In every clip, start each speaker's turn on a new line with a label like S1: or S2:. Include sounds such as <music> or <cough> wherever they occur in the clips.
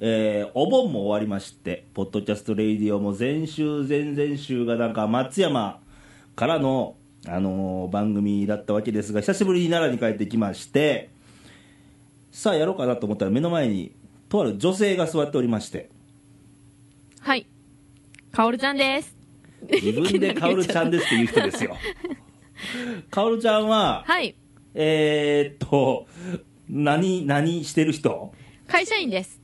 S1: えーお盆も終わりまして、ポッドキャストレイディオも前週、前々週がなんか松山からの、あのー番組だったわけですが、久しぶりに奈良に帰ってきまして、さあやろうかなと思ったら目の前に、とある女性が座っておりまして、
S2: はい。かおるちゃんです。
S1: 自分でカオルちゃんですっていう人です
S2: <laughs>
S1: よ。カオルちゃんは、
S2: はい。
S1: えー、っと、何、何してる人
S2: 会社員です。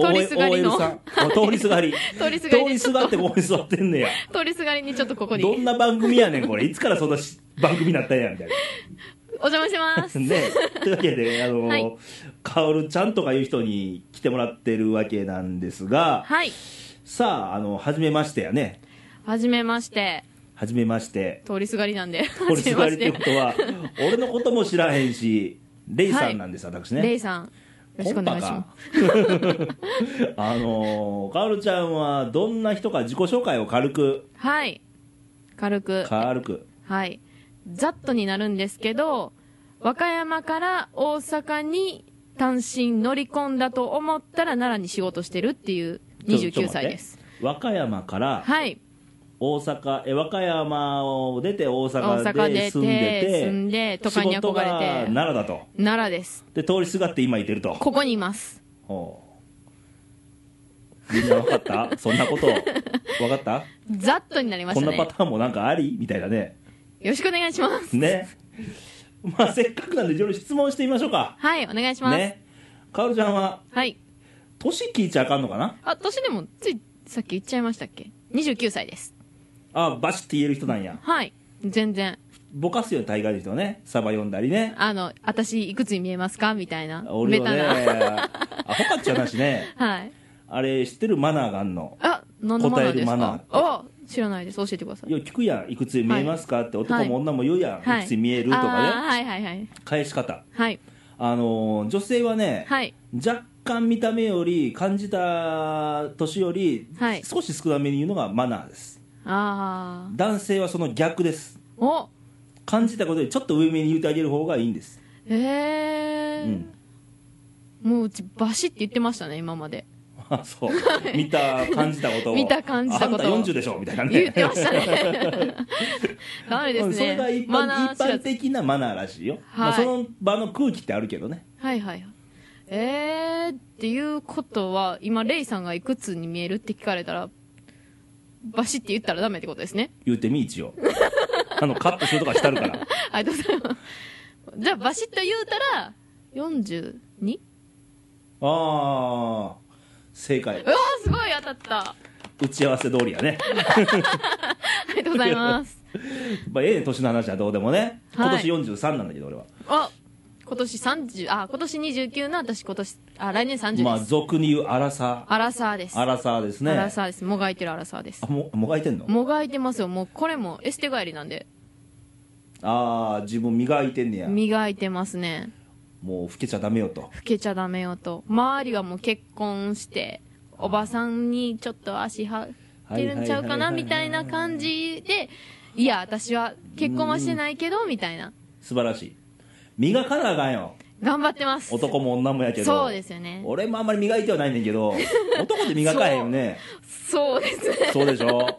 S2: 通りすがりの
S1: OL さんお通りすがり。
S2: <laughs> 通りすがりで
S1: 通りすがってここに座ってんねや。
S2: 通りすがりにちょっとここに。
S1: どんな番組やねん、これ。いつからそんなし番組になったんや、みたいな。
S2: お邪魔しま
S1: <laughs>
S2: す。
S1: ね、というわけで、あの、
S2: はい
S1: カオルちゃんとかいう人に来てもらってるわけなんですが、
S2: はい。
S1: さあ、あの、はじめましてやね。
S2: はじめまして。
S1: はじめまして。
S2: 通りすがりなんで。は
S1: 通りす
S2: じめま
S1: がり
S2: し
S1: って
S2: て
S1: こ。とは、俺のことも知らへんし、レイさんなんです、私ね。
S2: レイさん。よろしくお願いします。
S1: コンパか <laughs> あのー、カオルちゃんはどんな人か自己紹介を軽く、
S2: はい。軽く。
S1: 軽く。
S2: はい。ざっとになるんですけど、和歌山から大阪に単身乗り込んだと思ったら奈良に仕事してるっていう29歳です。。
S1: 和歌山から
S2: はい。
S1: 大阪、え、和歌山を出て大
S2: 大
S1: 阪
S2: 阪
S1: で
S2: 出
S1: 住んで
S2: て、
S1: て、
S2: 住んで、都会に
S1: 仕事
S2: 憧
S1: が
S2: れて、
S1: 奈良だと。
S2: 奈良です。
S1: で、通りすがって今いてると。
S2: ここにいます。
S1: ほうみんな分かった
S2: <laughs>
S1: そんなこと分かった
S2: ざっとになりま
S1: こ
S2: し
S1: ん
S2: た
S1: な
S2: ね。
S1: パ
S2: よ
S1: ターンもなんかありみたいなね。
S2: ろしくお願いします。
S1: ね。まあ、せっかくなんでいろいろ質問してみましょうか。
S2: はい、お願いします。
S1: ね。カオルちゃんは
S2: はい。
S1: 年聞いちゃあかんのかな
S2: あ、年でも、つい、さっき言っちゃいましたっけ ?29 歳です。
S1: あバシって言える人なんや
S2: はい。全然。
S1: ぼかすような大概の人はねサバ読んだりね
S2: あの、私、いくつに見えますかみたいな。
S1: 俺は
S2: ベタ
S1: ねアホかっちゃうなしね
S2: な。はい。
S1: あれ知ってるマナーがあんの
S2: あ、何のマナー
S1: 答え
S2: で
S1: る
S2: す
S1: マナーっ
S2: か
S1: て
S2: あ、知らないです。教えてください。
S1: よう聞くやんいくつに見えますか、って男も女も言うやん、、
S2: はいい。
S1: くつに見えるとか
S2: あー
S1: ね
S2: はいはいはい。
S1: 返し方
S2: はい。
S1: あのー女性はね、
S2: はい。
S1: 若干見た目より感じた年より、
S2: はい
S1: 少し少なめに言うのがマナーです
S2: あ
S1: 男性はその逆です
S2: ー。お
S1: 感じたことよりちょっと上目に言ってあげる方がいいんです、 <laughs>
S2: えー。
S1: うん
S2: もううちバシって言ってましたね今まで
S1: あそう見た感じたことを
S2: 見た感じたことを
S1: あんた40でしょみたいなね
S2: 言ってましたね <laughs> ダメです
S1: うん
S2: ね
S1: それが一
S2: マ
S1: 般
S2: ナー
S1: 一
S2: 知ら
S1: 般
S2: ず
S1: 的なマナーらしいよ、まあ、
S2: はい
S1: その場の空気ってあるけどね
S2: はいはいはいえー、っていうことは今レイさんがいくつに見えるって聞かれたらバシって言ったらダメってことですね <laughs>
S1: 言うてみ一応 <laughs> あのカットするとかしたるから
S2: ありがとうございますじゃあバシッと言うたら 42?
S1: ああ正解
S2: うわーすごい当たったあ
S1: 打ち合わせ通りやね、
S2: りがとうござい
S1: <laughs>
S2: ます
S1: まあ、ええ年の話はどうでもね今
S2: はい
S1: 年43なんだけど俺は、
S2: あ今年30あ今年29の私今年あ来年30です、
S1: まあ俗に言う荒さ
S2: アラサーです。
S1: 荒さですね
S2: アラサーです。もがいてるアラサーです
S1: あ。ももがいてんの
S2: もがいてますよ。もうこれもエステ帰りなんで。
S1: ああ自分磨いてんねや
S2: 磨いてますね。
S1: もう老けちゃダメよと
S2: 老けちゃダメよと。周りがもう結婚して、おばさんにちょっと足はってるんちゃうか
S1: はいはいはいは
S2: ないみたいな感じで、いや、私は結婚はしてないけど、みたいな。
S1: 素晴らしい磨かなあかんよ
S2: 頑張ってます。
S1: 男も女もやけど
S2: そうですよね。
S1: 俺もあんまり磨いてはないねんけ
S2: <laughs>
S1: ど男って磨かへんよね
S2: そうですね。
S1: そうでしょ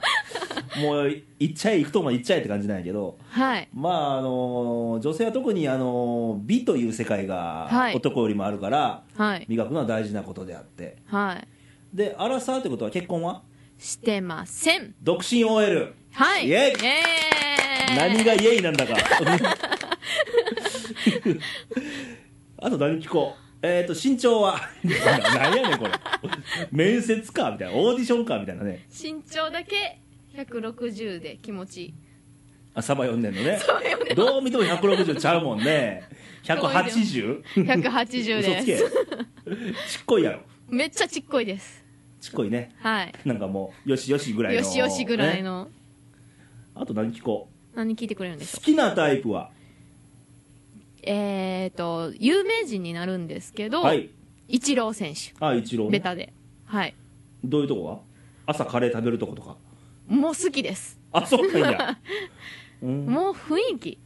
S1: もう行っちゃえ行くとこまで行っちゃえって感じなんやけど
S2: はい。
S1: まああの女性は特にあの美という世界が
S2: はい
S1: 男よりもあるから、
S2: はい。
S1: 磨くのは大事なことであって
S2: はい。
S1: でアラサーってことは結婚は
S2: してません。
S1: 独身 OL
S2: はい。
S1: イエイ
S2: イエーイ
S1: 何がイエイなんだか <laughs> あと何聞こうえっ、と身長は <laughs> 何やねんこれ面接かみたいなオーディションかみたいなね
S2: 身長だけ160で気持
S1: <laughs>
S2: ちいい
S1: あサバ読んでんのねどう見ても160ちゃうもんね 180?
S2: 180
S1: 嘘つけ
S2: です
S1: ちっこいやろ
S2: めっちゃちっこいです
S1: ちっこいね
S2: はい
S1: なんかもうよしよしぐらいの
S2: よしよしぐらい
S1: ね
S2: の、
S1: あと何聞こ
S2: 何聞いてくれるんで
S1: う
S2: しょ
S1: 好きなタイプは
S2: うえっ、ー、と有名人になるんですけど、
S1: はい
S2: イチロー選手
S1: あ一郎、
S2: ベ
S1: ね、
S2: タではい
S1: どういうとこは朝カレー食べるとことか
S2: もう好きです、
S1: あそうなん
S2: <laughs>
S1: や、うん
S2: もう雰囲気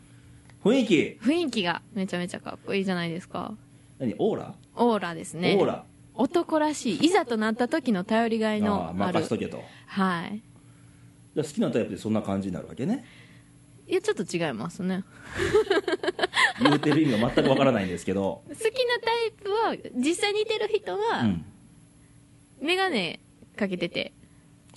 S1: 雰囲気
S2: 雰囲気がめちゃめちゃかっこいいじゃないですか
S1: 何オーラ、
S2: オーラですね
S1: オーラ
S2: 男らしいいざとなった時の頼りがいの
S1: ああ
S2: ある
S1: 任しとけと
S2: はい
S1: じゃあ好きなタイプでそんな感じになるわけね
S2: いやちょっと違いますね
S1: 言うてる意味が全くわからないんですけど
S2: <laughs> 好きなタイプは実際似てる人
S1: う
S2: は、
S1: ん
S2: メガネかけてて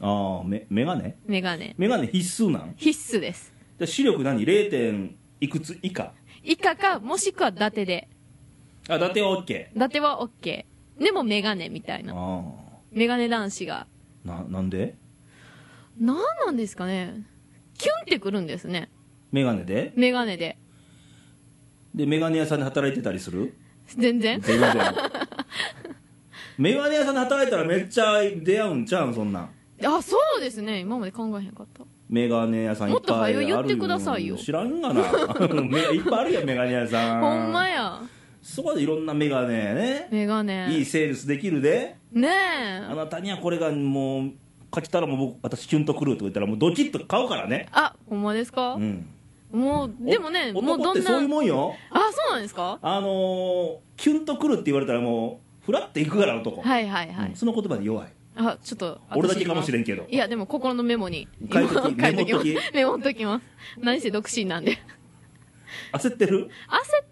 S1: ああめ眼鏡
S2: メガネ
S1: 眼鏡必須なん
S2: 必須です
S1: じゃあ視力何 0. 点いくつ以下
S2: 以下かもしくは伊達で
S1: あ伊達は OK
S2: 伊達は OK でもメガネみたいな
S1: あ
S2: メガネ男子が
S1: あななんで
S2: 何なんですかねキュンってくるんですね
S1: 眼鏡で
S2: メガネで
S1: で眼鏡屋さんで働いてたりする
S2: 全然
S1: 全然眼鏡屋さんで働いたらめっちゃ出会うんちゃうんそんなん
S2: あそうですね今まで考えへんかった
S1: メガネ屋さんいっぱいある
S2: もっと早よ言ってくださいよ
S1: 知らんがな <laughs> めいっぱいあるやんメガネ屋さん
S2: ほんまや
S1: そこでいろんなメガネね
S2: メガネ
S1: いいセールスできるで
S2: ね
S1: あ
S2: え
S1: なたにはこれがもう書きたらもう僕私キュンとくるとか言ったらもうドキッと買うからね
S2: あほんまですか
S1: う、ん
S2: もうでもね
S1: お
S2: もう
S1: 男っ
S2: ど
S1: て
S2: ん
S1: そういう
S2: な
S1: もんよ
S2: あそうなんですか
S1: あのーキュンとくるって言われたらもうフラっていくから男、
S2: はいはいはい、
S1: うんその言葉で弱い
S2: あちょっと
S1: 俺だけかもしれん
S2: ん
S1: けど
S2: いやでも心のメモに
S1: 書いとき
S2: 今書いとき
S1: メモ
S2: ま
S1: っと
S2: す
S1: き
S2: メモっときます何せ独身なんで
S1: 焦ってる
S2: 焦っ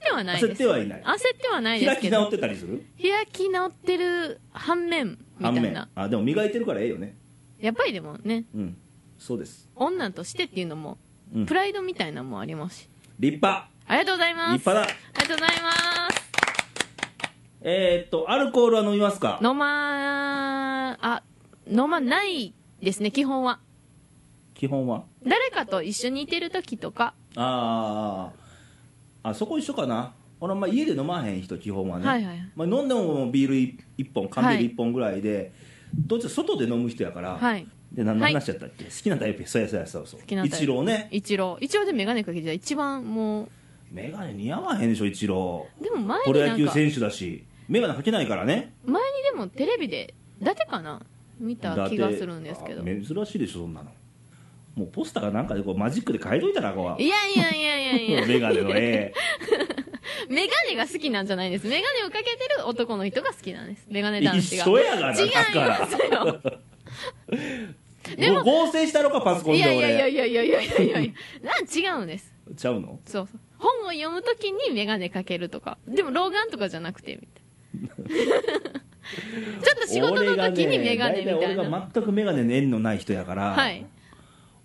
S2: てはないです
S1: 焦ってはいない
S2: 焦ってはないで
S1: 開
S2: すけ
S1: き
S2: ど
S1: 直ってたりする
S2: 開き直ってる反面みた
S1: 反
S2: い
S1: 面
S2: な
S1: あでも磨いてるからええよね
S2: やっぱりでもね
S1: うんそうです
S2: 女としてっていうのも、
S1: うん
S2: プライドみたいなのもありますし
S1: 立派
S2: ありがとうございます
S1: 立派だ
S2: ありがとうございます
S1: えー、っとアルコールは飲みますか
S2: 飲まーあ飲まないですね基本は
S1: 基本は
S2: 誰かと一緒にいてる時とか、
S1: あーあそこ一緒かな俺あんま家で飲まへん人基本はね、
S2: はいはい
S1: まあ、飲んでもビールい一本缶ビール
S2: はい
S1: 一本ぐらいで、どっちか外で飲む人やから、
S2: はい
S1: で何の話やったっけ、好きなタイプそうやそうやそうそう
S2: 好きなタイプ
S1: 一郎ね
S2: 一郎一郎で眼鏡かけてた一番も
S1: 眼鏡似合わへんでしょ一郎
S2: うでも前
S1: プロ
S2: にな
S1: 野
S2: ん
S1: 球
S2: か
S1: 選手だし眼鏡かけないからね
S2: 前にでもテレビで伊達かな見た気がするんですけど
S1: だってあ珍しいでしょそんなのもうポスターかなんかでこうマジックで変えといたらこは
S2: いうやいやいやいやいや
S1: 眼鏡の絵
S2: メガネが好きなんじゃないですメガネをかけてる男の人が好きなんですメガネ男子
S1: 一
S2: が
S1: 緒
S2: <laughs>
S1: やがな
S2: 違いますよで
S1: ご
S2: も
S1: 合成したろかパソコン
S2: い
S1: で
S2: や
S1: 俺
S2: いやいやいやいやいやいやいやいやなん違うんです
S1: ちゃうの
S2: そうそう本を読むときにメガネかけるとかでも老眼とかじゃなくてみ
S1: <laughs>
S2: たいなちょっと仕事の時にメガネみた
S1: 俺が
S2: い
S1: ね大体俺
S2: な、
S1: が全くメガネの縁のない人やから、
S2: はい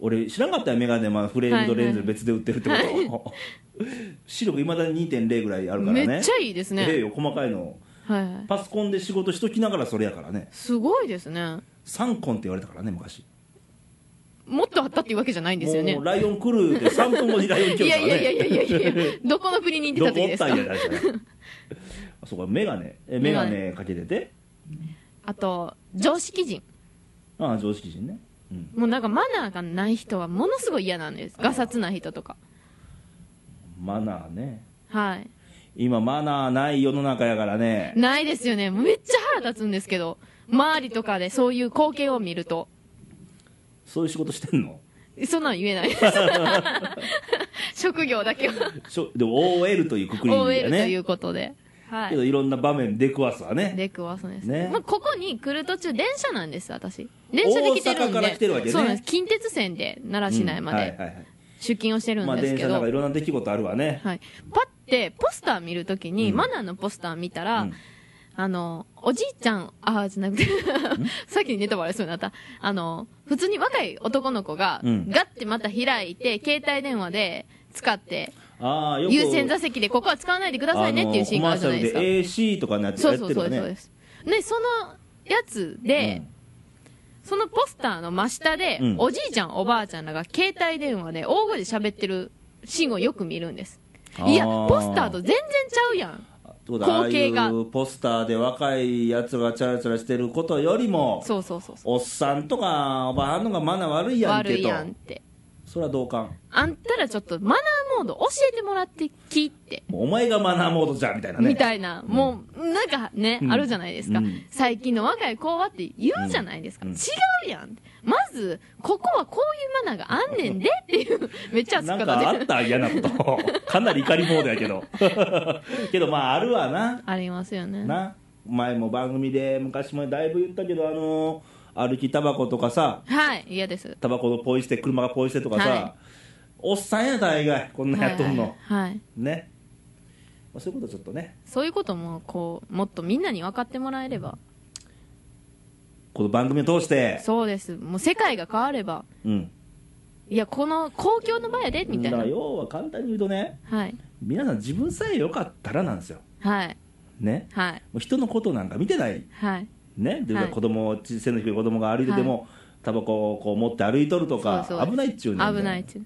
S1: 俺知らんかったよメガネ、まあ、フレームとレンズで別で売ってるってこと、視力いまだに2.0ぐらいあるからね
S2: めっちゃいいですね
S1: ええよ細かいの
S2: はい
S1: パソコンで仕事しときながらそれやからね
S2: すごいですね
S1: 三コンって言われたからね昔
S2: もっとあったっていうわけじゃないんですよね
S1: もうライオン来るって3分後にライオン来る
S2: い
S1: か
S2: や
S1: らね
S2: いやいやいやいやいやどこの国に行って
S1: ど
S2: た
S1: こ
S2: 時
S1: お
S2: で
S1: っ
S2: す
S1: た
S2: か
S1: んや確かにあそうかメガネえメガネかけてて
S2: あと常識人
S1: ああ常識人ね、うん、
S2: もうなんかマナーがない人はものすごい嫌なんですがさつな人とか
S1: マナーね
S2: はい
S1: 今マナーない世の中やからね
S2: ないですよねめっちゃ腹立つんですけど周りとかでそういう光景を見ると
S1: そういう仕事してんの
S2: そんなの言
S1: <laughs>
S2: えないです職業だけは
S1: しょでも OL というくくり
S2: OL
S1: や
S2: とい
S1: ね
S2: うことでは
S1: けど
S2: い
S1: いろんな場面出くわすわね
S2: 出くわすんです、
S1: ね
S2: まあ、ここに来る途中電車なんです私電車で来てるん
S1: 大
S2: で
S1: 阪から来てるわけね
S2: そうなんです近鉄線で奈良市内ま
S1: うんはい
S2: で
S1: はいはい
S2: 出勤をしてる
S1: まあ
S2: んです
S1: 電
S2: け
S1: 車
S2: ど、
S1: の中いろんな出来事あるわね
S2: はい、パッてポスター見るときに、
S1: うん
S2: マナーのポスター見たら、
S1: うん
S2: あの、おじいちゃん、あーじゃなくて、 <laughs> さっきネタバレしそうになった。あの、普通に若い男の子が、
S1: うん
S2: ガッてまた開いて、携帯電話で使って、
S1: ああよく
S2: 優先座席でここは使わないでくださいねっていうシーンがあるじゃないですか。
S1: あのコマーシャルで AC とかのやつ
S2: そ
S1: や
S2: う
S1: っ
S2: そ
S1: て
S2: う
S1: る
S2: そ
S1: わ
S2: う
S1: ね
S2: そうです。で、そのやつで、そのポスターの真下で、
S1: うん
S2: おじいちゃん、おばあちゃんらが携帯電話で大声で喋ってるシーンをよく見るんです。いや、
S1: あー
S2: ポスターと全然ちゃうやん。
S1: うんってことはああ
S2: 光景が
S1: いうポスターで若いやつがチャラチャラしてることよりも
S2: そうそうそうそ。
S1: おっさんとかおばあんのがマナー悪いうやん
S2: 悪
S1: け
S2: い
S1: と
S2: やんって。
S1: それは同感
S2: あんたらちょっとマナーモード教えてもらってきって。
S1: もうお前がマナーモードじゃんみたいなね
S2: みたいな、もう、なんかね、
S1: うん
S2: あるじゃないですか、
S1: うん
S2: 最近の若い子はって言うじゃないですか。
S1: うん
S2: 違うやん。まず、ここはこういうマナーがあんねんでっていう、めっちゃ熱
S1: な
S2: か
S1: んか
S2: った
S1: あ
S2: で
S1: っ
S2: す。
S1: た嫌な <laughs> こと <laughs> かなり怒りモードやけどけどまああるわな
S2: ありますよね。
S1: な前も番組で昔もだいぶ言ったけどあの歩きタバコとかさ
S2: はい嫌です
S1: タバコのポイ捨て車がポイ捨てとかさ、
S2: はい
S1: おっさんや大概こんなんやっとんの、
S2: はいはいはい、はい
S1: ね、まあ、そういうことちょっとね
S2: そういうこともこうもっとみんなに分かってもらえれば
S1: この番組を通して
S2: そうですもう世界が変われば
S1: うん
S2: いやこの公共の場やでみた
S1: だ
S2: いな
S1: から要は簡単に言うとね
S2: はい
S1: 皆さん自分さえ良かったらなんですよ
S2: はい
S1: ね
S2: はい
S1: もう人のことなんか見てない
S2: はい
S1: ねで、
S2: はい
S1: 子供ち背の低い子供が歩いてても、タバコをこう持って歩いとるとか
S2: そうそう
S1: 危ないっちゅうねんね
S2: 危ないっちゅう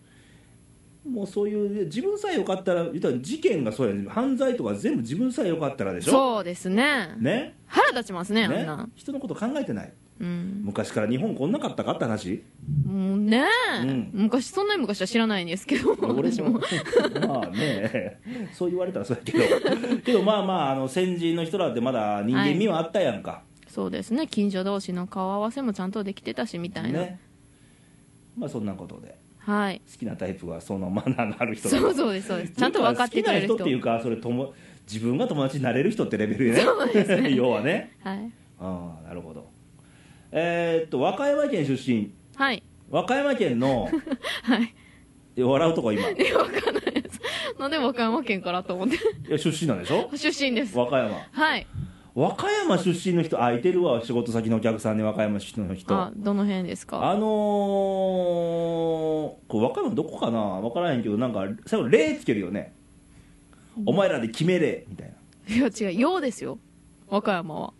S1: もうそういう自分さえよかったら言ったら事件がそうやね犯罪とか全部自分さえよかったらでしょ
S2: そうですね
S1: ね
S2: 腹立ちますねあん
S1: ね
S2: な
S1: 人のこと考えてない
S2: うん
S1: 昔から日本こんなかったかって話
S2: もうねえ、
S1: うん
S2: 昔そんなに昔は知らないんですけど
S1: 俺
S2: 私
S1: も
S2: も
S1: まあねそう言われたらそうやけどけどまあまああの先人の人らってまだ人間味はあったやんか、
S2: そうですね近所同士の顔合わせもちゃんとできてたしみたいな、
S1: ねまあそんなことで
S2: はい
S1: 好きなタイプはそのマナーのある人だ
S2: そうそうで
S1: <laughs>
S2: すそうですちゃんと分かってくれる人
S1: 好きな人っていうかそれ友自分が友達になれる人ってレベルよね要はね
S2: はい、
S1: ああなるほどえーっと和歌山県出身
S2: はい、
S1: 和歌山県
S2: <laughs>
S1: の、はい、笑うとこ今い
S2: なんで和歌山県からと思って <laughs>
S1: や出身なんでしょ
S2: 出身です
S1: 和歌山
S2: はい
S1: 和歌山出身の人あいてるわ仕事先のお客さんで和歌山出身の人
S2: あ
S1: あ
S2: どの辺ですか
S1: のー、これ和歌山どこかなわからへんけどなんか最後「礼」つけるよねお前らで決めれみたいない
S2: や違うようですよ和歌山は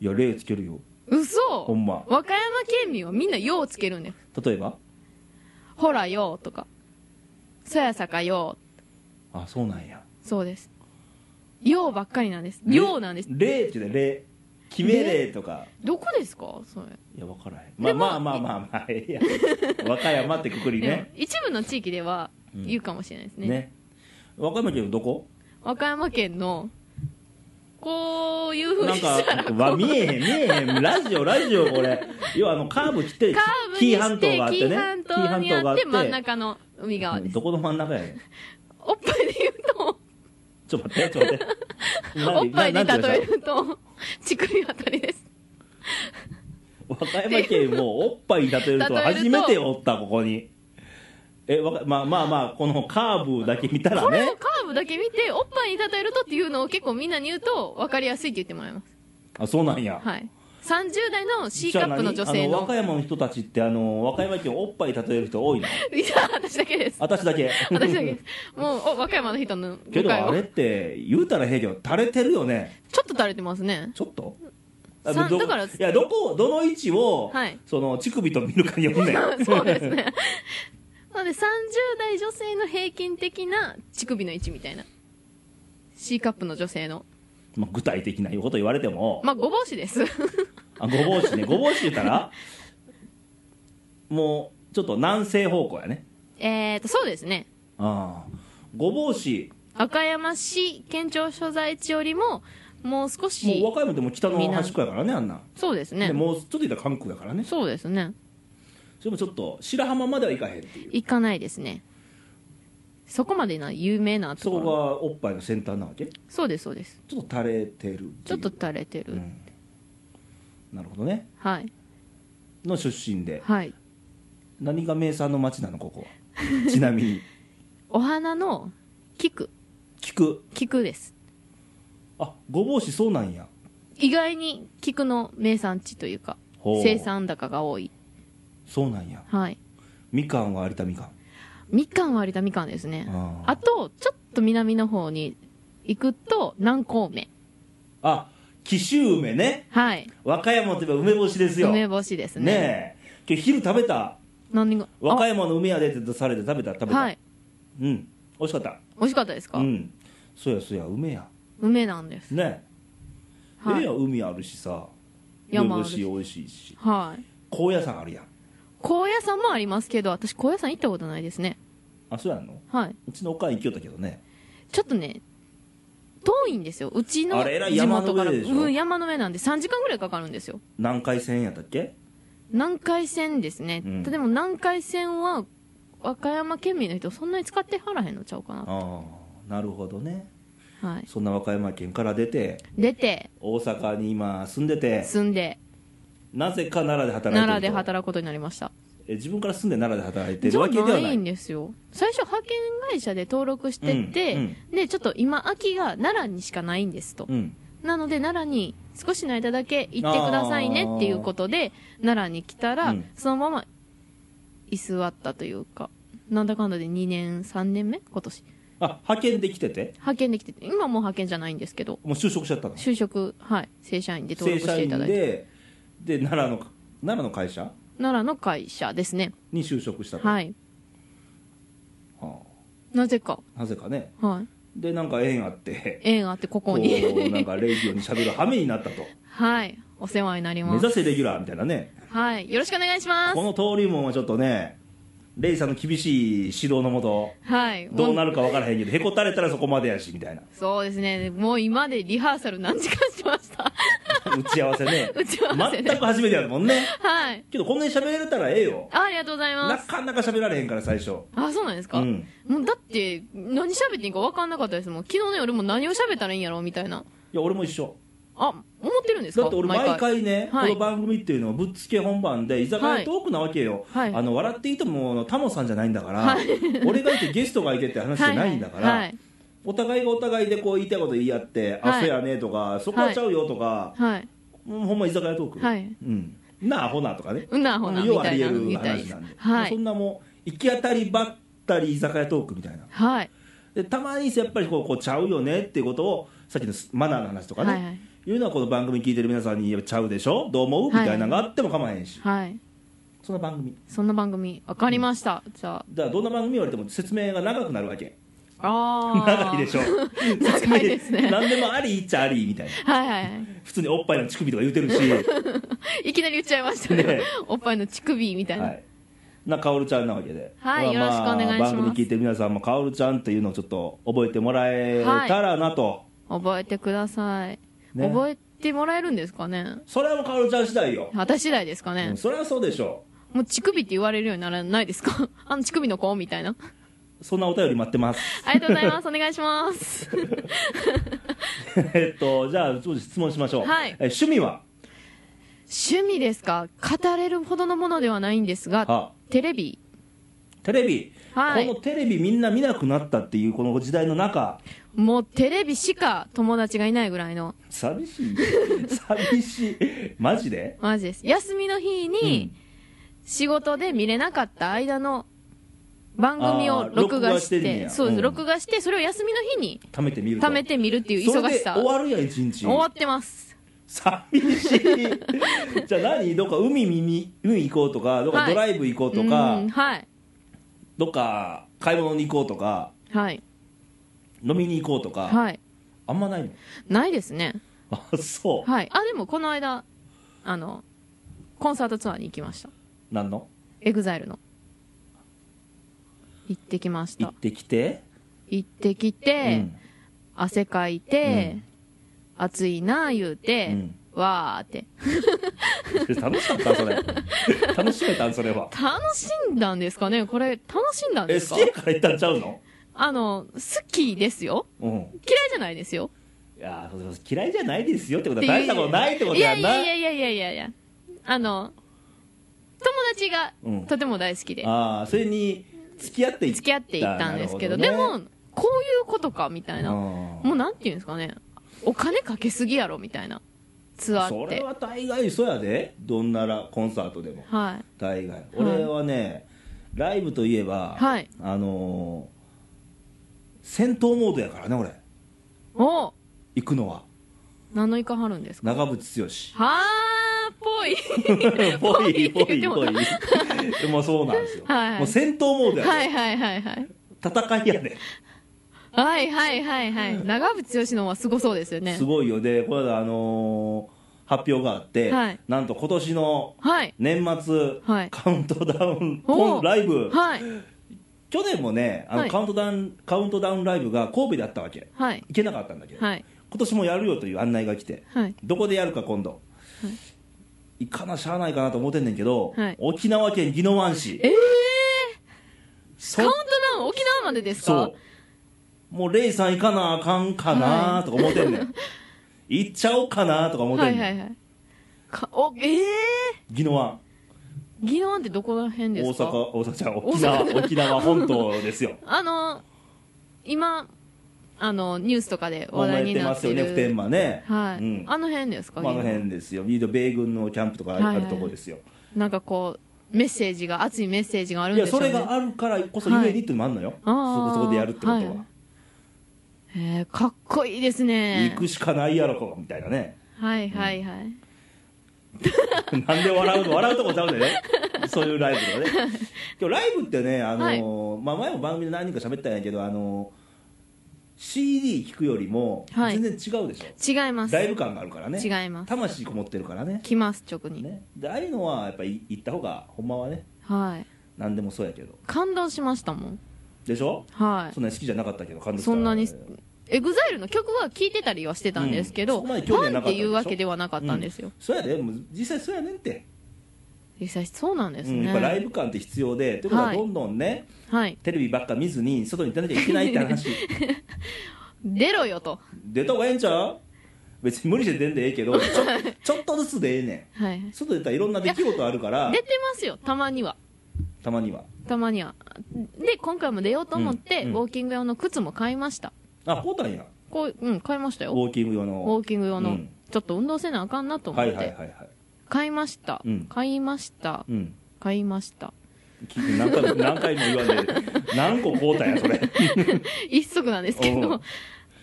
S2: い
S1: や「礼」つけるよ
S2: 嘘
S1: ほんま
S2: 和歌山県民はみんな「よう」つけるんです
S1: 例えば
S2: 「ほらよ」とか「そやさかよ
S1: あそうなんや」
S2: そうです「よう」ばっかりなんです「よう」なんです
S1: 礼って言うね礼決めれとか
S2: どこですかそれ
S1: いや分からへんまあまあまあまあまあ
S2: <laughs>
S1: いや和歌山ってくくりね
S2: でも一部の地域では
S1: うん
S2: 言うかもしれないですね,、
S1: ね和歌山県のどこ
S2: 和歌山県のこういうふう
S1: な
S2: に
S1: ん
S2: したら
S1: かわ見えへん見えへんラジオラジオこれ要はあのカーブ切って
S2: カーブにして紀伊半
S1: 紀伊
S2: 島にあって真ん
S1: って
S2: 中の海側です
S1: どこの真ん中やねん
S2: おっぱいで言うと
S1: ちょっと待ってちょっと待ってな
S2: おっぱい
S1: な
S2: に例
S1: んて言うん
S2: え
S1: でしょう
S2: ると <laughs> 乳首あたりです
S1: 和歌山県をおっぱいに例えるとは初めておったここにえわかまあまあまあこのカーブだけ見たら
S2: これ
S1: ね
S2: をカーブだけ見ておっぱいに例えるとっていうのを結構みんなに言うと分かりやすいって言ってもらいます
S1: あそうなんや、
S2: はい30代の C カップの女
S1: じゃあ
S2: 性
S1: 何あの和
S2: の
S1: 歌山の人たちってあの和歌山県おっぱい例える人多いの
S2: <laughs> いや私だけ
S1: <laughs>
S2: です
S1: 私だけ
S2: 私だけですもうお和歌山の人の
S1: けど
S2: 誤解を
S1: あれって言うたらへんけど垂れてるよね
S2: ちょっと垂れてますね
S1: ちょっと
S2: さん
S1: ど
S2: だから
S1: いやどこどの位置を、
S2: はい
S1: その乳首と見るかによるね
S2: <laughs> そうですねなので30代女性の平均的な乳首の位置みたいな C カップの女性の
S1: <laughs> まあ具体的なこと言われても、
S2: まあごぼうしです
S1: あごぼうしねごぼうし言ったらもうちょっと南西方向やね
S2: <laughs> えーとそうですね
S1: ああごぼうし
S2: 赤山市県庁所在地よりももう少
S1: もう和
S2: し
S1: 歌山でも北の端っこやからねあんなん
S2: そうです
S1: で
S2: ね
S1: もうちょっと言ったら関空やからね
S2: そうですね
S1: でもちょっと白浜までは行かへんっていう
S2: 行かないですねそこまでな有名な
S1: そ
S2: とこ
S1: こ
S2: ろ
S1: がおっぱいの先端なわけち
S2: そうですそうです
S1: ょっと垂れてるていう
S2: ちょっと、垂れてる、
S1: うん、なるほどね
S2: はい
S1: の出身で
S2: はい
S1: 何が名産の町なのここはちなみ <laughs> に
S2: お花の菊
S1: 菊
S2: 菊です
S1: あごぼうしそうなんや
S2: 意外に菊の名産地というか
S1: ほう
S2: 生産高が多い
S1: そうなんや
S2: はい
S1: みかんは有田みかん
S2: みかんは有田みかんですね
S1: あー
S2: あとちょっと南の方に行くと南高梅
S1: あ紀州梅ね
S2: はい
S1: 和歌山といえば梅干しですよ
S2: 梅干しですね
S1: ねえ今日昼食べた
S2: 何が
S1: 和歌山の梅やでって出されて食べた食べた、
S2: はい
S1: うん美味しかった
S2: 美味しかったですか、
S1: うんそうやそうや梅や
S2: 梅なんです
S1: ねえ、
S2: はい
S1: ええやん海あるしさ梅
S2: 山
S1: 干
S2: ある
S1: し
S2: し
S1: 美味しいし
S2: はい
S1: 高野山あるやん
S2: 高野山もありますけど私高野山行ったことないですね
S1: あそうやんの
S2: はいう
S1: ちのおかん行きよったけどね
S2: ちょっとね遠いんですようちの
S1: あれえらい
S2: 地元か
S1: 山
S2: ら
S1: の上でしょ
S2: うん、山の上なんで3時間ぐらいかかるんですよ
S1: 南海線やったっけ
S2: 南海線ですね、
S1: うん
S2: でも南海線は和歌山県民の人そんなに使ってはらへんのちゃうかな
S1: ああなるほどね
S2: はい、
S1: そんな和歌山県から出て
S2: 出て
S1: 大阪に今住んでて
S2: 住んで
S1: なぜか奈良で働いてると
S2: 奈良で働くことになりました
S1: え自分から住んで奈良で働いて
S2: じ
S1: る
S2: ゃ
S1: わけではない
S2: ないんですよ最初派遣会社で登録してて、
S1: うん
S2: でちょっと今空きが奈良にしかないんですと、
S1: うん、
S2: なので奈良に少しの間だけ行ってくださいねっていうことで奈良に来たら、
S1: うん
S2: そのまま居座ったというかなんだかんだで2年3年目今年
S1: あ派遣できてて
S2: 派遣できてて今はもう派遣じゃないんですけど
S1: もう就職しちゃったの
S2: 就職はい正社員で登
S1: 正
S2: 録
S1: 社
S2: してい
S1: 員
S2: ただいて
S1: でで奈良の奈良の会社
S2: 奈良の会社ですね
S1: に就職したと、
S2: はい
S1: は
S2: なぜか
S1: あなぜかね
S2: はい
S1: でなんか縁あって
S2: 縁あってここに
S1: こうなんかレイディオにしゃべる羽目になった
S2: <laughs>
S1: と
S2: はいお世話になり
S1: 目
S2: ま
S1: 指
S2: す
S1: せレギュラーみたいなね
S2: はいよろしくお願いします
S1: この登竜門はちょっとねレイさんの厳しい指導のもと
S2: はい
S1: どうな
S2: る
S1: るか分からへんけどへこたれたらそこまでやしみたいな
S2: そうですねもう今までリハーサル何時間しました <laughs>
S1: <laughs> 打ち合わせね
S2: 打ち合わせね
S1: 全く初めてやもんね
S2: はい
S1: けどこんなに喋れたらええよ
S2: あありがとうございま
S1: な
S2: す
S1: かなか喋られへんから最初
S2: あそうなんですか、
S1: うん
S2: もうだって何喋っていいか分かんなかったですもん昨日の夜も何を喋ったらいいんやろみたいない
S1: や俺も一緒
S2: あ思ってるんですか
S1: だって俺毎回ね
S2: はい
S1: この番組っていうのはぶっつけ本番で居酒
S2: は
S1: 屋
S2: い
S1: トークなわけよ、
S2: はい
S1: あの笑っていいとものタモさんじゃないんだから、
S2: は <laughs>
S1: 俺がいてゲストがいてって話じゃないんだから、
S2: はいはい
S1: お互いがお互いでこう言いたいこと言い合って、
S2: は
S1: あ
S2: い
S1: そうやねとかそこはちゃうよとか、
S2: はい、はい
S1: もうほんま居酒屋トーク、
S2: はい
S1: うん、なあほなとかね
S2: うんなほな
S1: 要
S2: み
S1: はあ
S2: た
S1: り
S2: い
S1: え
S2: な
S1: る
S2: みたい
S1: 話
S2: で
S1: な
S2: す
S1: んで、
S2: は
S1: そ
S2: い
S1: んなもう行き当たりばったり居酒屋トークみたいな
S2: はい
S1: でたまにやっぱりこうこうちゃうよねっていうことをさっきのスマナーの話とかね、
S2: はいいはいう
S1: のはこの番組聞いてる皆さんにいやちゃうでしょどう思うみたいなのがあっても構わへんし、
S2: はい
S1: そんな番組
S2: そんな番組分かりました、じ
S1: <laughs>
S2: ゃ
S1: だからどんな番組言われても説明が長くなるわけ
S2: ああ
S1: 長いでしょ
S2: <laughs> 長いです
S1: <laughs>
S2: ね
S1: 何でもありっちゃありみたいな
S2: <laughs> はいはい
S1: 普通におっぱいの乳首とか言うてるし、
S2: いきなり言っちゃいましたね
S1: ね
S2: おっぱいの乳首みたいな、
S1: はい、なカオルちゃんなわけで、
S2: はい
S1: まあ
S2: よろしくお願いします
S1: 番組聞いてる皆さんもカオルちゃんっていうのをちょっと覚えてもらえたらなと、
S2: 覚えてください、
S1: ね
S2: 覚えてもらえるんですかね
S1: それはもうカオルちゃん次第よ、
S2: 私次第ですか
S1: う
S2: ね
S1: ん、それはそうでしょ
S2: もう乳首って言われるようにならないですか <laughs> あの乳首の子みたいな <laughs>
S1: うそんなお便り待ってます
S2: ありがとうございますお願いします
S1: えっとじゃあちょっと質問しましょう、
S2: はい
S1: え趣味は
S2: 趣味ですか語れるほどのものではないんですが
S1: は
S2: テレビ
S1: テレビ、
S2: はい
S1: このテレビみんな見なくなったっていうこの時代の中
S2: もうテレビしか友達がいないぐらいの
S1: 寂し
S2: <laughs>
S1: い寂しいマジで
S2: マジです休みの日に仕事で見れなかった間の番組
S1: あ
S2: を
S1: ー
S2: 録画
S1: 録画し
S2: して
S1: てんねや
S2: そうです、
S1: うん
S2: 録画してそれを休みの日に
S1: 貯めてみると
S2: 貯めて見るっていう
S1: それ
S2: 忙し
S1: で
S2: さ
S1: 終わるやん一日
S2: 終わってます
S1: 寂しい <laughs> じゃあ何どっか海見に海行こうとかどっか
S2: はい
S1: ドライブ行こうとか、
S2: うんはい
S1: どっか買い物に行こうとか
S2: はい
S1: 飲みに行こうとか、
S2: はい
S1: あんまないの <laughs>
S2: ないですね
S1: あそう、
S2: はいあでもこの間あのコンサートツアーに行きました
S1: なんの
S2: エグザイルの行ってきまし
S1: 行ったてきて、
S2: 行ってきて、
S1: うん <laughs>
S2: 汗かいて、暑いなあ言うて、
S1: うん
S2: わーって
S1: 楽しかったそれ <laughs> 楽しめたんそれは
S2: 楽しんだんですかねこれ楽しんだん
S1: え
S2: です
S1: 好
S2: か
S1: きやから行ったんちゃうの
S2: あの好きですよ
S1: うん
S2: 嫌いじゃないですよ
S1: いやーそうそう嫌いじゃないですよってこと
S2: っ
S1: は
S2: てい
S1: 大し
S2: う
S1: たことないってこと
S2: いや
S1: やん
S2: い
S1: な
S2: やいやいやいやいやいやあの友達が
S1: うん
S2: とても大好きで、
S1: ああそれに付き合っていった
S2: 付き合っていったんですけど
S1: なる
S2: で
S1: ほ
S2: も
S1: ね
S2: こういうことかみたいな、
S1: うん
S2: もうなんていうんですかねお金かけすぎやろみたいなツアー
S1: そ
S2: っ
S1: れ
S2: て
S1: は大概そうやでどんならコンサートでも
S2: はい
S1: 大概俺はね、ライブといえば、
S2: はい
S1: あのー戦闘モードやからね俺
S2: お
S1: 行くのは
S2: 何のイカ張るんですか
S1: 長
S2: <laughs>
S1: 渕
S2: はーぽい
S1: 剛ぽいぽ
S2: ぽい
S1: いぽい <laughs> でもそうなんですよ、
S2: はい
S1: もう戦闘モードやで、
S2: はいはいはいはい
S1: 戦いやで、
S2: はいはいはいはい長渕剛のはすごそうですよね
S1: すごいよでこの間、あのー発表があって、
S2: はい
S1: なんと今年の
S2: はい
S1: 年末、
S2: はい
S1: カウントダウン
S2: おー
S1: ライブ
S2: はい
S1: 去年もねあの、
S2: はい
S1: カウントダウンカウントダウンライブが神戸であったわけ
S2: はい
S1: 行けなかったんだけど、
S2: はい
S1: 今年もやるよという案内が来て
S2: はい
S1: どこでやるか今度、行かなしゃあないかなと思ってんねんけど、
S2: はい
S1: 沖縄県宜野湾市
S2: ええー、
S1: そ
S2: カウントダウン沖縄までです
S1: そ
S2: か
S1: うもうレイさん行かなあかんかなとか思ってんねん、
S2: <laughs>
S1: 行っちゃおうかなとか思って
S2: は
S1: んね
S2: い
S1: ん、
S2: はいはいかおええ
S1: 宜野湾
S2: ー、宜野湾ってどこら辺
S1: 大
S2: です
S1: 阪
S2: か
S1: 大阪じゃん沖縄沖縄本島ですよ
S2: あの今あのニュースとかで <laughs> 話
S1: もうや
S2: 題
S1: っ
S2: に
S1: て
S2: な
S1: ま
S2: っ
S1: す
S2: て
S1: よね
S2: る
S1: 普天間ね
S2: はい、
S1: うん
S2: あの辺ですか、
S1: まああの辺ですよ、米軍のキャンプとかあ
S2: はい
S1: る
S2: はい
S1: とこですよ、
S2: なんかこうメッセージが熱いメッセージがある
S1: い
S2: んで
S1: や
S2: し
S1: そ
S2: ょ
S1: う
S2: ね
S1: れがあるからこそ夢にっていうのもあるのよ、
S2: あー
S1: そこそこでやるってことは、
S2: はへーかっこいいですね
S1: 行くしかないやろこみたいなね <laughs>
S2: はいはいはい、
S1: なんで笑うの笑うとこちゃうでねそういうライブとかね今日ライブってねあのー、まあ、前も番組で何人か喋ったんやけどあのー CD 聞くよりも
S2: はい
S1: 全然違うでしょ、
S2: 違います
S1: ライブ感があるからね
S2: 違います
S1: 魂こもってるからね
S2: 来ます直に、
S1: ねでああいうのはやっぱり行った方がほんまはね
S2: はい
S1: 何でもそうやけど
S2: 感動しましたもん
S1: でしょ
S2: は
S1: そんなに好きじゃなかったけど感
S2: い
S1: 動した
S2: そんなにエグザイルの曲は聴いてたりはしてたんですけど、
S1: うん
S2: フ
S1: そこまで興味は
S2: ァン
S1: な
S2: っ
S1: かった
S2: て
S1: でし
S2: い
S1: ょ
S2: うわけではなかったんですよ、
S1: そうやでもう実際そうやねんって、
S2: 実際そうなんです
S1: うん
S2: ね、
S1: やっぱライブ感って必要でということは
S2: はい
S1: どんどんね、
S2: はい
S1: テレビばっか見ずに外に出なきゃいけないって
S2: <laughs>
S1: 話
S2: 出ろよと
S1: 出た方がええんちゃう別に無理して出んでええけどちょちょっとずつでええね
S2: はい
S1: ん外出たらいろんな出来事あるから
S2: 出てますよたまには
S1: たまには
S2: たまにはで今回も出ようと思って、
S1: うんうん
S2: ウォーキング用の靴も買いました
S1: あこうたんや
S2: こううん買いました
S1: ウ
S2: よウォ
S1: ォーキング用の
S2: ーキング用の、
S1: うん
S2: ちょっと運動せなあかんなと思っ
S1: は
S2: て、
S1: いはいはいはい
S2: 買いました、
S1: うん
S2: 買いました
S1: うん
S2: 買いました
S1: き何回も何回も言わんで何個こうたんやそれ
S2: 一足なんですけ
S1: お
S2: ど
S1: う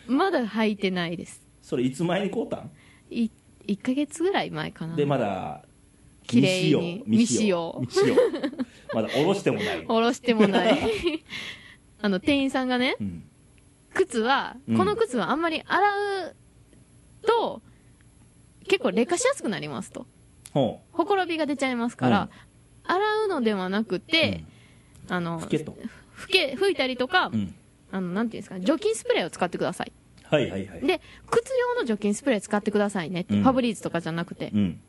S2: <laughs> まだ履いてないです
S1: それいつ前にこうたん
S2: い1ヶ月ぐらい前かな
S1: でまだ
S2: 綺麗に
S1: 未使用
S2: 未
S1: 未使用 <laughs> まだ下ろしてもない、
S2: 下ろしてもない
S1: <laughs>
S2: あの店員さんがね
S1: うん、
S2: 靴は、
S1: うん
S2: この靴はあんまり洗うと結構劣化しやすくなりますと
S1: ほ
S2: ほころびが出ちゃいますから、洗うのではなくて、あの
S1: うふけと、
S2: ふけ拭いたりとか、
S1: うん、
S2: あのなんていうんですかね除菌スプレーを使ってください
S1: はいはいはい
S2: で靴用の除菌スプレー使ってくださいねって、
S1: うん
S2: ファブリーズとかじゃなくて、
S1: うん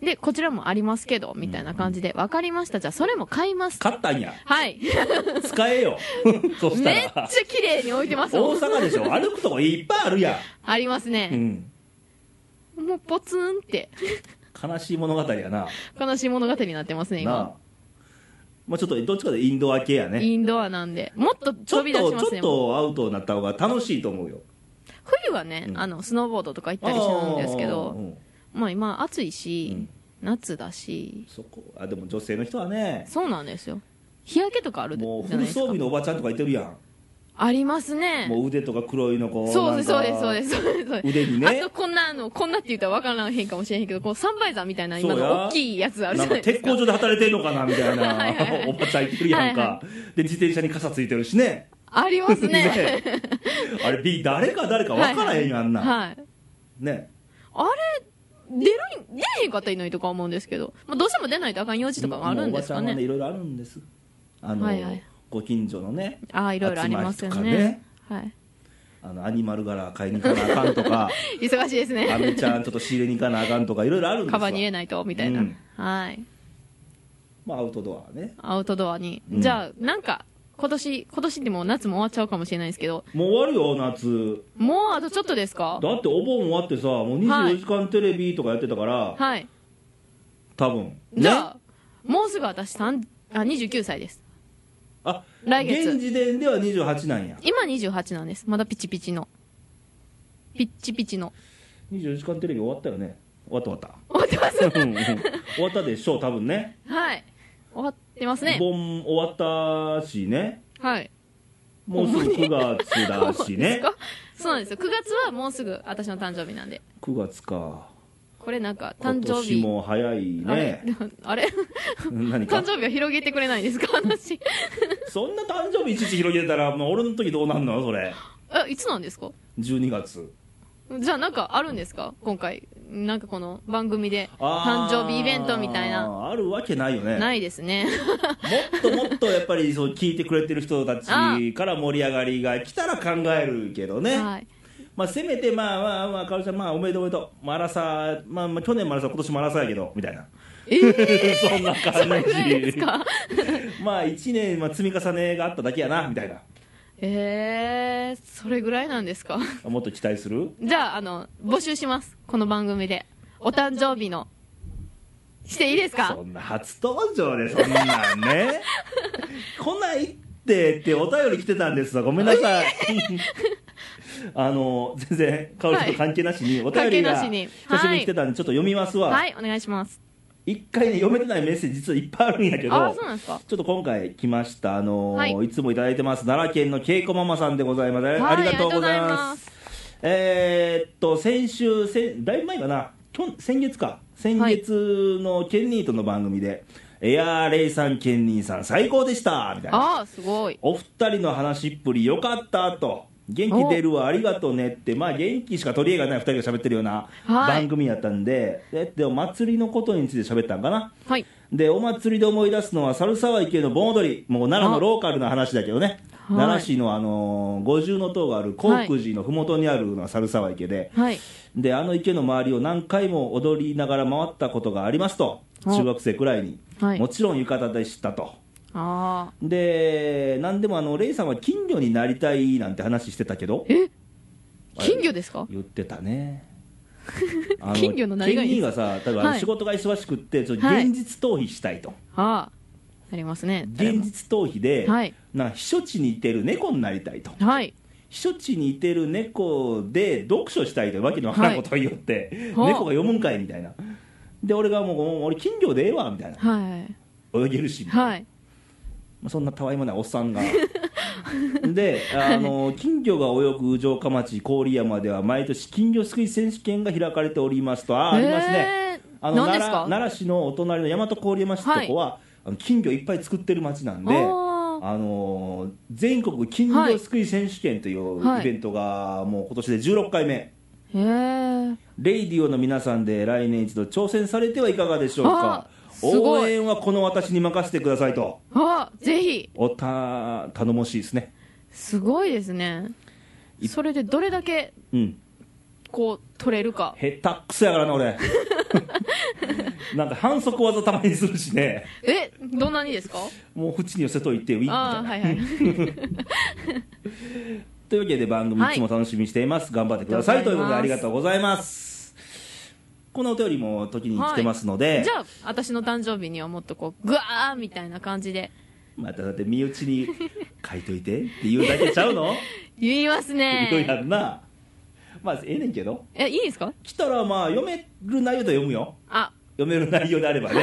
S2: でこちらもありますけどみたいな感じで、わかりましたじゃあそれも買います
S1: 買ったんや
S2: はいめっ
S1: 使えよ <laughs> そした
S2: ちゃ
S1: ら
S2: 綺麗に置いてます
S1: 大
S2: もん
S1: 阪でしょ歩くとこいっぱいあるや
S2: あります
S1: ん、う
S2: ね、
S1: ん、
S2: もうポツンって
S1: 悲しい物語やな
S2: 悲しい物語になってますね
S1: な
S2: 今
S1: あまあちょっとどっちかでインドア系やね
S2: インドアなんでもっと
S1: ちょっ
S2: 飛
S1: と
S2: び出します
S1: ちょ
S2: ね
S1: っとアウトになった方が楽しいと思うよ
S2: 冬はね、
S1: うん
S2: あのスノーボードとか行ったりしてたんですけ
S1: あーう
S2: ど
S1: ん
S2: まあ今暑いし、
S1: うん
S2: 夏だし
S1: そこあでも女性の人はね
S2: そうなんですよ日焼けとかあるじゃ
S1: もう
S2: ない
S1: フル
S2: です
S1: 装
S2: か
S1: 備のおばちゃんとかいてるやん
S2: あります <laughs> ね
S1: もう腕とか黒いのこう
S2: そうですそ
S1: な
S2: う
S1: ん
S2: で
S1: か
S2: すそうですそうですそうです
S1: 腕にね
S2: あとこんなあのこんなって言ったら分からへんかもしれへんけどこうサンバイザーみたいな今
S1: そうや
S2: の大きいやつあるじ
S1: な
S2: ゃ
S1: ん
S2: な
S1: か
S2: いです
S1: 鉄
S2: か
S1: 工所で働いてんのかなみたいな
S2: <laughs> はいはいはい
S1: おばちゃんいてるやんか、
S2: はい
S1: で自転車に傘ついてるしね
S2: あります
S1: <laughs>
S2: ね
S1: ねあれ B 誰か誰か分からへんよあんな、
S2: はい
S1: ね
S2: あれ出るん出へんかったらいいのにとか思うんですけど、まあ、どうしても出ないとあかん用事とかもあるんですか
S1: もうおばちゃんはね
S2: ね
S1: いろいろあるんですあの、
S2: はいはい
S1: ご近所のね
S2: ああいろいろありますよ
S1: 集ま
S2: ね
S1: りとかね
S2: はい
S1: あのアニマル柄買いに行かなあかんと
S2: <laughs>
S1: か
S2: 忙しいです
S1: ア
S2: ね
S1: メちゃんちょっと仕入れに行かなあかんとかいろいろあるんです
S2: カ
S1: よ
S2: バンに入れないとみたいな、
S1: うん
S2: はい
S1: まあアウトドアね
S2: アウトドアに、
S1: うん
S2: じゃあなんか今年今年ってもう夏も終わっちゃうかもしれないですけど
S1: もう終わるよ夏
S2: もうあとちょっとですか
S1: だってお盆終わってさもう
S2: は
S1: 24
S2: い
S1: 時間テレビとかやってたから、
S2: はい
S1: 多分
S2: じゃ
S1: ね
S2: あ、もうすぐ私さんあ29歳です
S1: あ
S2: 来月
S1: 現時点では28なんや
S2: 今28なんですまだピチピチのピッチピチの
S1: 24時間テレビ終わったよね終わった
S2: 終わってます
S1: 終わ <laughs> ったうんうん終わったでしょう多分ね
S2: はい終わってますね
S1: 盆終わったしね
S2: はい
S1: もうすぐ9月だしね
S2: そうですかそうなんですよ9月はもうすぐ私の誕生日なんで
S1: 9月か
S2: これなんか
S1: 今
S2: 誕生
S1: 年
S2: 日
S1: も早い
S2: あれ
S1: ね
S2: あれ
S1: <laughs> 何
S2: 誕
S1: か
S2: 生日は広げてくれないんですか私
S1: そんな誕生日いちいち広げたらもう俺の時どうなんのそれ
S2: えいつなんですか
S1: 12月
S2: じゃあなんかあるんですか今回なんかこの番組で誕
S1: あー
S2: 生日イベントみたいな
S1: あるわけないよね
S2: ないですね
S1: もっともっとやっぱりそう聞いてくれてる人たちから盛り上がりが来たら考えるけどね、
S2: はい
S1: まあ、せめて、まあまあまあ、かおりちゃん、まあ、おめでとうおめでとう、マラサー、まあ、まあ去年マラサー、今年マラサーやけど、みたいな、
S2: えー
S1: <laughs> そんな
S2: それぐらいです
S1: 感
S2: か
S1: じ、まあ、1年、まあ、積み重ねがあっただけやな、みたいな、
S2: ええー、それぐらいなんですか
S1: もっと期待する
S2: じゃああの募集しますこの番組でお誕生日のしていいですか
S1: そんな初登場でそんなんね <laughs> 来ないってってお便り来てたんですわごめんなさい <laughs> あの全然香織さんと関係なしにお便りが
S2: 関
S1: 久
S2: 係なしに
S1: しぶりに来てたんでちょっと読みますわ、
S2: はいお願いします
S1: 一回ね読めてないメッセージ実はいっぱいあるんやけど
S2: あーそうなんですか
S1: ちょっと今回来ましたあのー
S2: はい
S1: い、つもいただいてます奈良県のけいこママさんでございます、
S2: はい
S1: ありがとうござい
S2: ありがとうござい
S1: ま
S2: ますす
S1: えーっと先週せんだいぶ前かなきょん先月か先月のケンニーとの番組で、エアーレイさんケンニーさん最高でしたみたいな
S2: ああすごい
S1: お二人の話しっぷりよかったと元気出るわありがとうねってまあ元気しか取り柄がない二人が喋ってるような
S2: はい
S1: 番組やったんで、ででも祭りのことについて喋ったんかな
S2: はい
S1: でお祭りで思い出すのは猿沢池の盆踊りもう奈良の
S2: あ
S1: ローカルな話だけどね、
S2: はい
S1: 奈良市の、あのー五重塔がある興福寺の麓にあるのは猿沢池で、
S2: はい
S1: であの池の周りを何回も踊りながら回ったことがありますと
S2: お
S1: 中学生くらいに、
S2: はい
S1: もちろん浴衣でしたと
S2: ああ
S1: で何でもあのレイさんは金魚になりたいなんて話してたけど
S2: え金魚ですか
S1: 言ってた
S2: <laughs>
S1: ねあ
S2: 金魚の何がいい
S1: ケン
S2: ん
S1: ニー
S2: で
S1: がさ多分あの
S2: はい
S1: 仕事が忙しくってちょっと
S2: はい
S1: 現実逃避したいと、
S2: ああなりますね誰
S1: 現
S2: も
S1: 実逃避で、
S2: はい
S1: なんか避暑地にいてる猫になりたいと
S2: はい
S1: 避暑地にいてる猫で読書したいというわけのわからんことを言って、
S2: ほ
S1: <laughs>
S2: う
S1: 猫が読むんかいみたいなで俺がもうもう俺金魚でええわみたいな
S2: はい
S1: 泳げるし、
S2: はい
S1: まあ、そんなたわいもないおっさ
S2: <laughs>
S1: んがであの金魚が泳ぐ城下町郡山では毎年金魚すくい選手権が開かれておりますとあーありますね、
S2: えー
S1: あの
S2: 何です
S1: 奈良
S2: か
S1: 奈良市のお隣の大和郡山市ってとこは、あの金魚いっぱい作ってる町なんで
S2: あー
S1: あのー全国金魚すくい選手権という
S2: はい
S1: イベントがもう今年で16回目、
S2: へえ
S1: レイディオの皆さんで来年一度挑戦されてはいかがでしょうか
S2: あすごい
S1: 応援はこの私に任せてくださいと
S2: あぜひ
S1: おた頼もしいですね
S2: すごいですね
S1: い
S2: それでどれだけ
S1: うん
S2: こう取れるか
S1: 下手くそやからな
S2: <laughs>
S1: 俺なんか反則技たまにするしね
S2: えどんなにですか
S1: もう縁に寄せといてウィンみたいな、
S2: ああはいはい
S1: というわけで番組いつも楽しみにしています、頑張ってくださいと
S2: あ
S1: いう
S2: り
S1: こと
S2: が
S1: でありがと
S2: と
S1: うございますこのお便りも時に来てますの <laughs> で、
S2: じゃあ私の誕生日にはもっとこうグワーみたいな感じで
S1: まただって身内に書いといてって言うだけちゃう
S2: <laughs>
S1: の
S2: 言います
S1: 言うや
S2: ね
S1: んなまあええねんけど
S2: えいいですか
S1: 来たらまあ読める内容で読むよ
S2: あ
S1: 読める内容であれ
S2: <laughs>
S1: ばね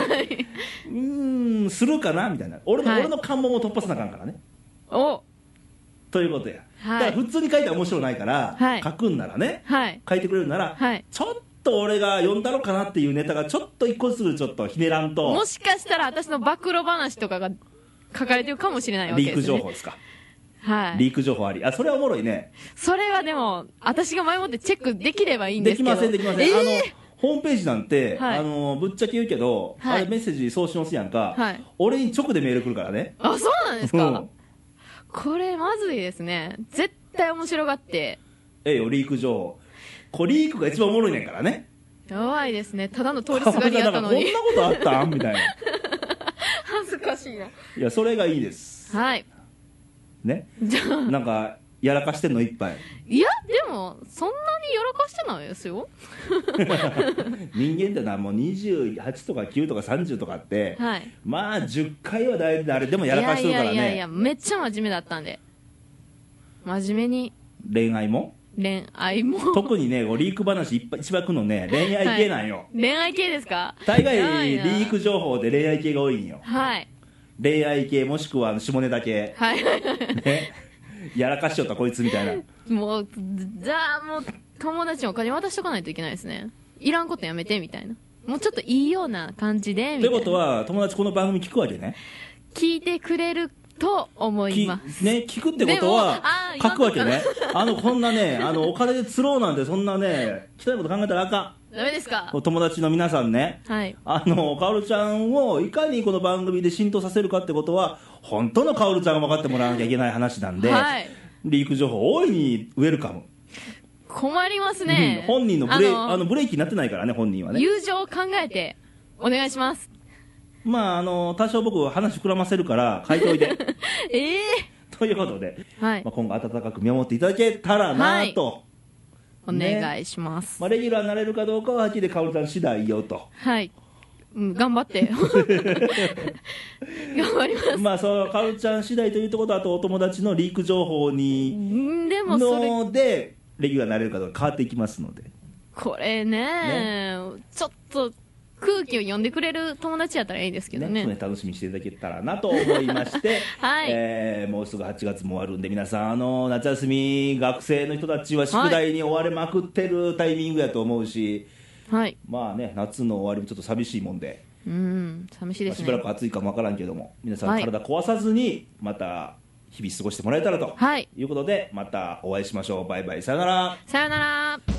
S1: うーんするかなみたいな俺の,、
S2: はい
S1: 俺の関門を突破せなあかんからね
S2: お
S1: ということや、
S2: はい
S1: だから普通に書いたら面白ないから、
S2: はい
S1: 書くんならね
S2: はい
S1: 書いてくれるなら、
S2: はい
S1: ちょっと俺が読んだろかなっていうネタがちょっと一個ずつちょっとひねらんと
S2: もしかしたら私の暴露話とかが書かれてるかもしれないわけ
S1: リー
S2: です、ね、
S1: ク情報ですか、
S2: はい
S1: リーク情報ありあそれはおもろいね
S2: それはでも私が前もってチェックできればいいんで
S1: ですき
S2: けど
S1: ませんできません、
S2: えー
S1: あのホームページなんて、
S2: はい
S1: あのぶっちゃけ言うけど、
S2: はい
S1: あれメッセージ送信押すやんか、
S2: はい
S1: 俺に直でメール来るからね
S2: あそうなんです
S1: う
S2: か
S1: ん
S2: これまずいですね絶対面白がって
S1: ええよリーク情報これリークが一番おもろいねんからね
S2: やばいですねただの通りすがりやったのに
S1: こんなことあったんみ
S2: <laughs>
S1: たいな
S2: 恥ずかしいない
S1: やそれがいいです
S2: はい
S1: ね
S2: じゃあ
S1: なんかやらかしてんのいっぱい <laughs>
S2: いやでもそんなにやらかしてないですよ
S1: 人間ってのはもう28とか9とか30とかって、
S2: はい
S1: まあ10回は大体誰でもやらかしてるからね
S2: いやいやいやめっちゃ真面目だったんで真面目に
S1: 恋愛も
S2: 恋愛も <laughs>
S1: 特にねこうリーク話いっぱい一番くのね恋愛系なんよ、
S2: 恋愛系ですか
S1: 大概
S2: やばい
S1: リ
S2: な
S1: ーク情報で恋愛系が多いんよ
S2: はい
S1: 恋愛系もしくはあの下ネタ
S2: <laughs>
S1: 系
S2: はい
S1: ねやらかしよったこいつみたいな
S2: もうじゃあもう友達にお金渡しとかないといけないですねいらんことやめてみたいなもうちょっといいような感じ
S1: と
S2: でみ
S1: い
S2: た
S1: う
S2: いな
S1: ことは友達この番組聞くわけね
S2: 聞いてくれると思い
S1: きね
S2: ます
S1: 聞くってことは
S2: でもあー
S1: 書くわけねあのこんなねあのお金で釣ろうなんてそんなね汚いこと考えたらあか
S2: <laughs> ダメですか
S1: んお友達の皆さんね
S2: はい
S1: あのカオルちゃんをいかにこの番組で浸透させるかってことは本当のカオルちゃんが分かってもらわなきゃいけない話なんで、
S2: はい
S1: リーク情報大いにウェルカム、
S2: 困ります
S1: う
S2: ね
S1: ん、本人のブレあのブレーキになってないからね本人はね
S2: 友情を考えてお願い
S1: <laughs>
S2: します <laughs>
S1: まああの多少僕話膨らませるから書いておいて
S2: ええ
S1: ということで、
S2: はい
S1: まあ、今後温かく見守っていただけたらなと、
S2: お願いします、
S1: まあ、レギュラーになれるかどうかははっきりカオルさん次第よ
S2: <laughs>
S1: と
S2: はい、うん、頑張って
S1: <laughs>
S2: 頑張ります
S1: まあそうカオルちゃん次第というとことあとお友達のリーク情報に
S2: うんでもそれ
S1: のでレギュラーになれるかどうか変わっていきますので
S2: これねちょっと空気を読んでくれる友達やったらいいですけど
S1: ね
S2: ね
S1: そうね楽しみにしていただけたらなと思いま <laughs> して、
S2: はい
S1: えーもうすぐ8月も終わるんで皆さんあの夏休み学生の人たちは宿題に追われまくってるタイミングやと思うし、
S2: はい
S1: まあね夏の終わりもちょっと寂しいもんで
S2: うん寂しい
S1: ま
S2: で
S1: あ
S2: す
S1: しばら
S2: ね
S1: く暑いかもわからんけども皆さ
S2: は
S1: ん
S2: い
S1: 体壊さずにまた日々過ごしてもらえたらと、
S2: はい
S1: いうことでまたお会いしましょうバイバイさよなら
S2: さよなら